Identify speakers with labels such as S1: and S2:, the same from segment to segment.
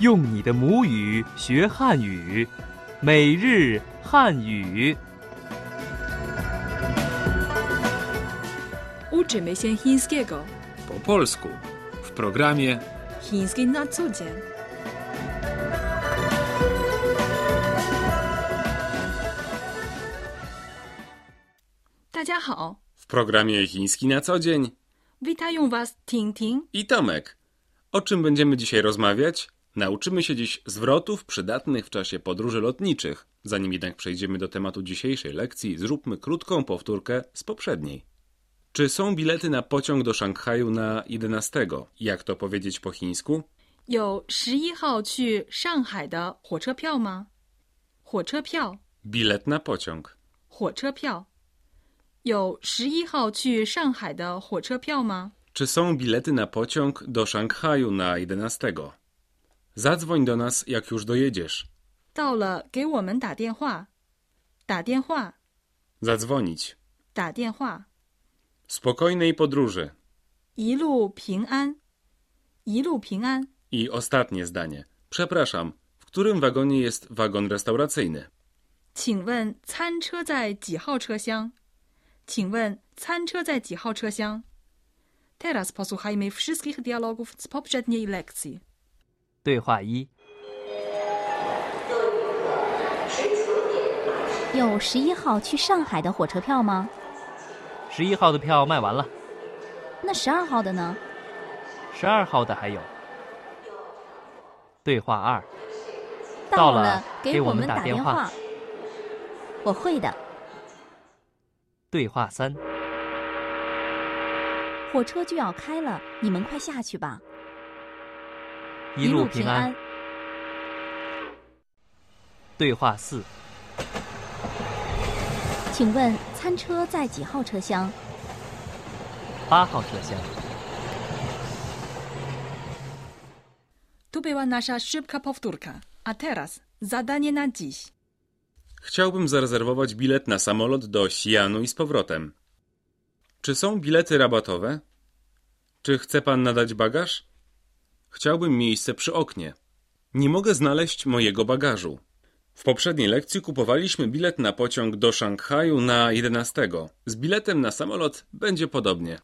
S1: 用你的母语学汉语，每日汉语。
S2: Uczymy się chińskiego.
S3: po polsku w programie
S2: Chiński na co dzień. Dajiahao,
S3: w programie Chiński na co dzień
S2: witają Was Ting Ting.
S3: i Tomek. O czym będziemy dzisiaj rozmawiać? Nauczymy się dziś zwrotów przydatnych w czasie podróży lotniczych. Zanim jednak przejdziemy do tematu dzisiejszej lekcji, zróbmy krótką powtórkę z poprzedniej. Czy są bilety na pociąg do Szanghaju na 11? Jak to powiedzieć po chińsku?
S2: 有十一号去上海的火车票吗？火车票，
S3: Bilet na pociąg.
S2: 火车票。有十一号去上海的火车票吗？
S3: Czy są bilety na pociąg do Szanghaju na 11? Zadzwoń do nas, jak już dojedziesz.
S2: 到了，给我们打电话。打电话，
S3: Zadzwonić.
S2: 打电话。
S3: Spokojnej podróży.
S2: 一路平安，一路平安。
S3: I ostatnie zdanie. Przepraszam, w którym wagonie jest wagon restauracyjny?
S2: 请问餐车在几号车厢？请问餐车在几号车厢？Teraz posłuchajmy wszystkich dialogów z poprzedniej lekcji.
S1: 对话一：
S4: 有十一号去上海的火车票吗？
S1: 十一号的票卖完了，
S4: 那十二号的呢？
S1: 十二号的还有。对话二：到
S4: 到
S1: 了
S4: 了，
S1: 给
S4: 给
S1: 我
S4: 我
S1: 们
S4: 们
S1: 打
S4: 打
S1: 电
S4: 电
S1: 话
S4: 话。我会的。
S1: 对话三：
S4: 火车就要开了，你们快下去吧。
S1: 一路平安。。对话四：
S4: 请问餐车在几号车厢？
S1: 八号车厢。
S2: To była nasza szybka powtórka. A teraz zadanie na dziś.
S3: Chciałbym zarezerwować bilet na samolot do Xi'anu i z powrotem. Czy są bilety rabatowe? Czy chce pan nadać bagaż? Chciałbym miejsce przy oknie. Nie mogę znaleźć mojego bagażu. W poprzedniej lekcji kupowaliśmy bilet na pociąg do Szanghaju na 11. Z biletem na samolot będzie podobnie.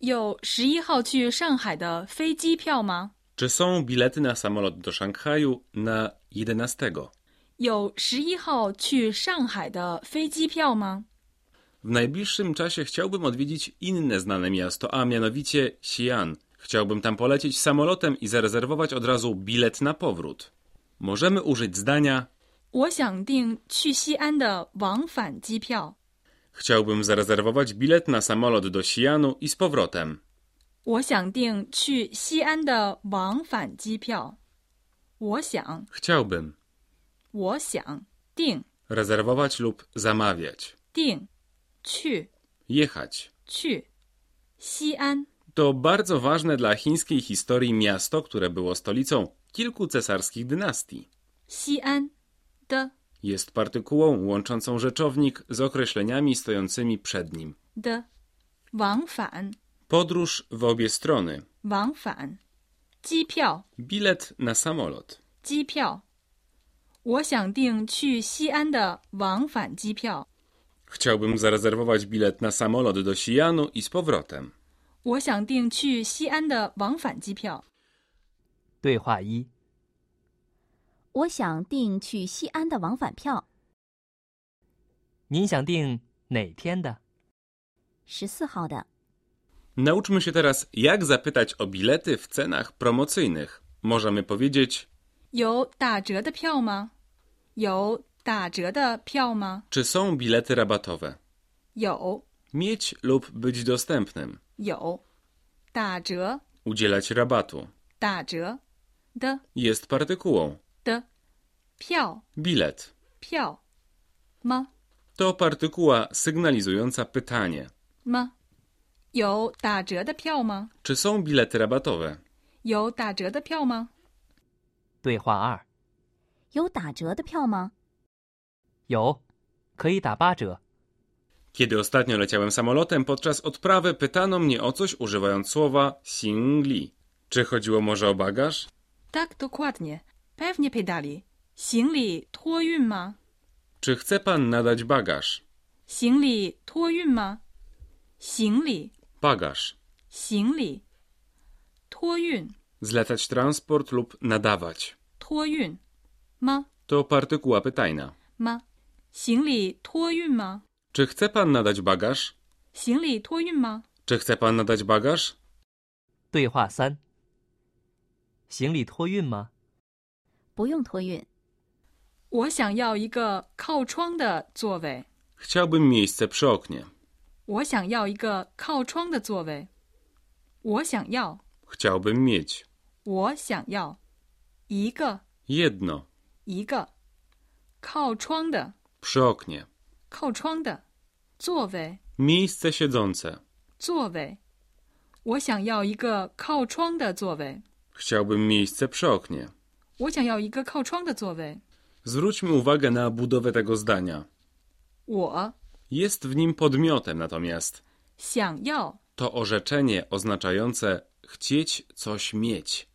S2: 有十一号去上海的飞机票吗？
S3: Czy są bilety na samolot do Szanghaju na 11?
S2: 有十一号去上海的飞机票吗？
S3: W najbliższym czasie chciałbym odwiedzić inne znane miasto, a mianowicie Xi'an. Chciałbym tam polecieć samolotem i zarezerwować od razu bilet na powrót. Możemy użyć zdania
S2: 我想订去西安的往返机票。
S3: Chciałbym zarezerwować bilet na samolot do Xi'anu i z powrotem.
S2: 我想订去西安的往返机票。我想，
S3: Chciałbym
S2: 我想订
S3: rezerwować lub zamawiać.
S2: 订去
S3: Jechać.
S2: 去西安。
S3: To bardzo ważne dla chińskiej historii miasto, które było stolicą kilku cesarskich dynastii.
S2: 西安的
S3: jest partykułą łączącą rzeczownik z określeniami stojącymi przed nim.
S2: 的往返
S3: Podróż w obie strony,
S2: 往返机票
S3: bilet na samolot.
S2: 机票。我想订去西安的往返机票。
S3: Chciałbym zarezerwować bilet na samolot do Xi'anu i z powrotem.
S2: 我想订去西安的往返机票。
S1: 对话一：
S4: 我想订去西安的往返票，
S1: 您想订哪天的？
S4: 十四号的。
S3: Nauczmy się teraz, jak zapytać o bilety w cenach promocyjnych. Możemy powiedzieć,
S2: 有打折的票吗？有打折的票吗？
S3: czy są bilety rabatowe.
S2: 有
S3: Mieć lub być dostępnym.
S2: 有，打折
S3: Udzielać rabatu.
S2: 打折的
S3: Jest partykułą.
S2: 的票
S3: Bilet.
S2: 票吗
S3: To partykuła sygnalizująca pytanie.
S2: 吗？有打折的票吗？
S3: Czy są bilety rabatowe?
S2: 有打折的票吗？
S1: 对话二：
S4: 有打折的票吗？
S1: 有，可以打八折。
S3: Kiedy ostatnio leciałem samolotem, podczas odprawy pytano mnie o coś używając słowa singli. Czy chodziło może o bagaż?
S2: Tak dokładnie. Pewnie pedali. 行李托运吗？
S3: Czy chce pan nadać bagaż?
S2: 行李托运吗？行李，
S3: Bagaż.
S2: 行李，托运，
S3: Zlecać transport lub nadawać.
S2: 托运吗？
S3: To partykuła pytajna.
S2: 吗？行李托运吗？
S3: Czy chce pan nadać bagaż?
S2: 行李托运吗？
S3: Czy chce pan nadać bagaż?
S1: 对话三：行李托运吗？
S4: 不用托运，
S2: 我想要一个靠窗的座位。
S3: Chciałbym miejsce przy oknie.
S2: 我想要一个靠窗的座位。我想要，
S3: Chciałbym mieć.
S2: 我想要一个
S3: Jedno.
S2: 一个靠窗的
S3: Przy oknie.
S2: 靠窗的座位
S3: Miejsce siedzące.
S2: 座位。我想要一个靠窗的座位。
S3: Chciałbym miejsce przy oknie.
S2: 我想要一个靠窗的座位。
S3: Zwróćmy uwagę na budowę tego zdania.
S2: 我
S3: Jest w nim podmiotem natomiast.
S2: 想要
S3: To orzeczenie oznaczające chcieć coś mieć.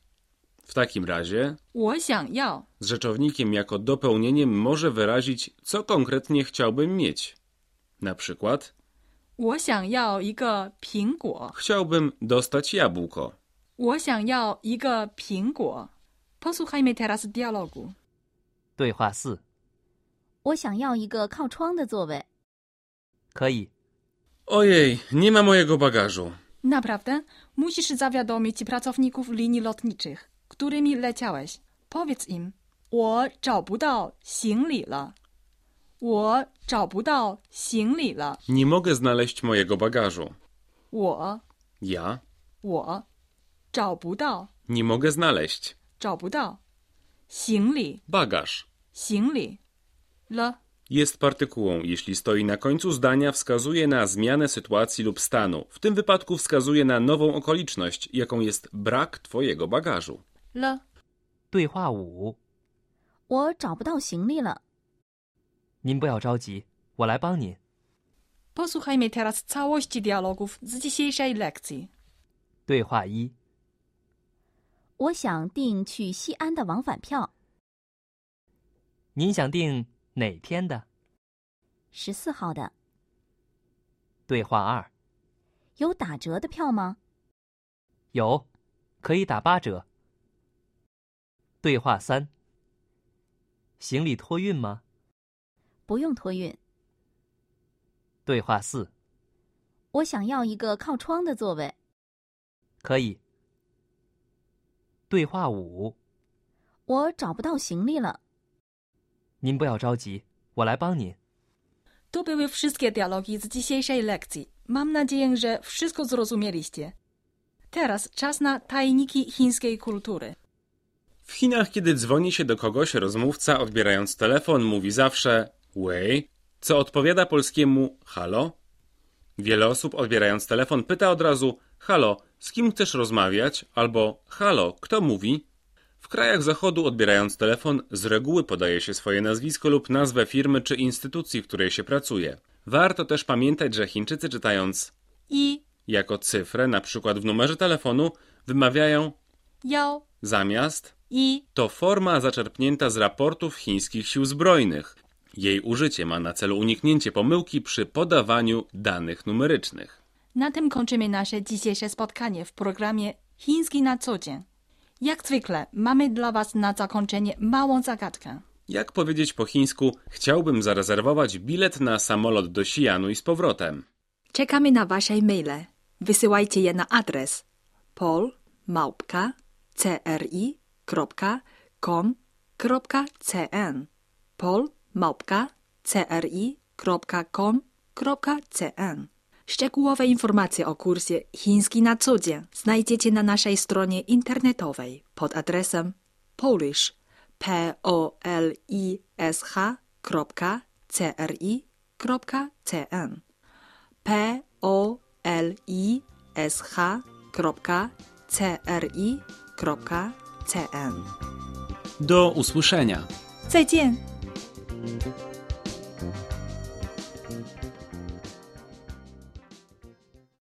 S3: W takim razie
S2: 我想要
S3: z rzeczownikiem jako dopełnieniem może wyrazić, co konkretnie chciałbym mieć. Na przykład
S2: 我想要一个苹果。
S3: chciałbym dostać jabłko.
S2: 我想要一个苹果。Posłuchajmy teraz dialogu.
S1: 对话四：
S4: 我想要一个靠窗的座位。
S1: 可以，
S3: Ojej, nie ma mojego bagażu.
S2: Naprawdę? Musisz zawiadomić pracowników linii lotniczych, którymi leciałeś. Powiedz im, 我找不到行李了。我找不到行李了。
S3: Nie mogę znaleźć mojego bagażu.
S2: 我
S3: Ja
S2: 我找不到
S3: nie mogę znaleźć
S2: 找不到行李
S3: bagaż.
S2: 行李了
S3: Jest partykułą, jeśli stoi na końcu zdania, wskazuje na zmianę sytuacji lub stanu. W tym wypadku wskazuje na nową okoliczność, jaką jest brak twojego bagażu.
S2: 了。
S1: 对话五：
S4: 我找不到行李了，
S1: 您不要着急，我来帮您。
S2: Posłuchajmy teraz całości dialogów z dzisiejszej lekcji.
S1: 对话一：
S4: 我想订去西安的往返票，
S1: 您想订哪天的？
S4: 十四号的，
S1: 对话二：
S4: 有打折的票吗？
S1: 有，可以打八折。对话三：行李托运吗？
S4: 不用托运，
S1: 对话四：
S4: 我想要一个靠窗的座位。
S1: 可以。对话五：
S4: 我找不到行李了，
S1: 您不要着急，我来帮您。
S2: To były wszystkie dialogi z dzisiejszej lekcji. Mam nadzieję, że wszystko zrozumieliście. Teraz czas na tajniki chińskiej kultury.
S3: W Chinach, kiedy dzwoni się do kogoś, rozmówca odbierając telefon mówi zawsze Wei, co odpowiada polskiemu halo. Wiele osób odbierając telefon pyta od razu halo, z kim chcesz rozmawiać? albo halo, kto mówi? W krajach zachodu odbierając telefon z reguły podaje się swoje nazwisko lub nazwę firmy czy instytucji, w której się pracuje. Warto też pamiętać, że Chińczycy czytając
S2: I,
S3: jako cyfrę, na przykład w numerze telefonu, wymawiają
S2: jao,
S3: zamiast
S2: i,
S3: to forma zaczerpnięta z raportów chińskich sił zbrojnych. Jej użycie ma na celu uniknięcie pomyłki przy podawaniu danych numerycznych.
S2: na tym kończymy nasze dzisiejsze spotkanie w programie Chiński na co dzień. Jak zwykle mamy dla Was na zakończenie małą zagadkę.
S3: Jak powiedzieć po chińsku, chciałbym zarezerwować bilet na samolot do Xi'anu i z powrotem.
S2: Czekamy na Wasze maile. Wysyłajcie je na adres polmałpka.cri.com.cn polmałpka.cri.com.cn Szczegółowe informacje o kursie Chiński na co dzień znajdziecie na naszej stronie internetowej pod adresem polish polish.cri.cn p o l i s h c r i c n。
S3: Do usłyszenia!
S2: 再见。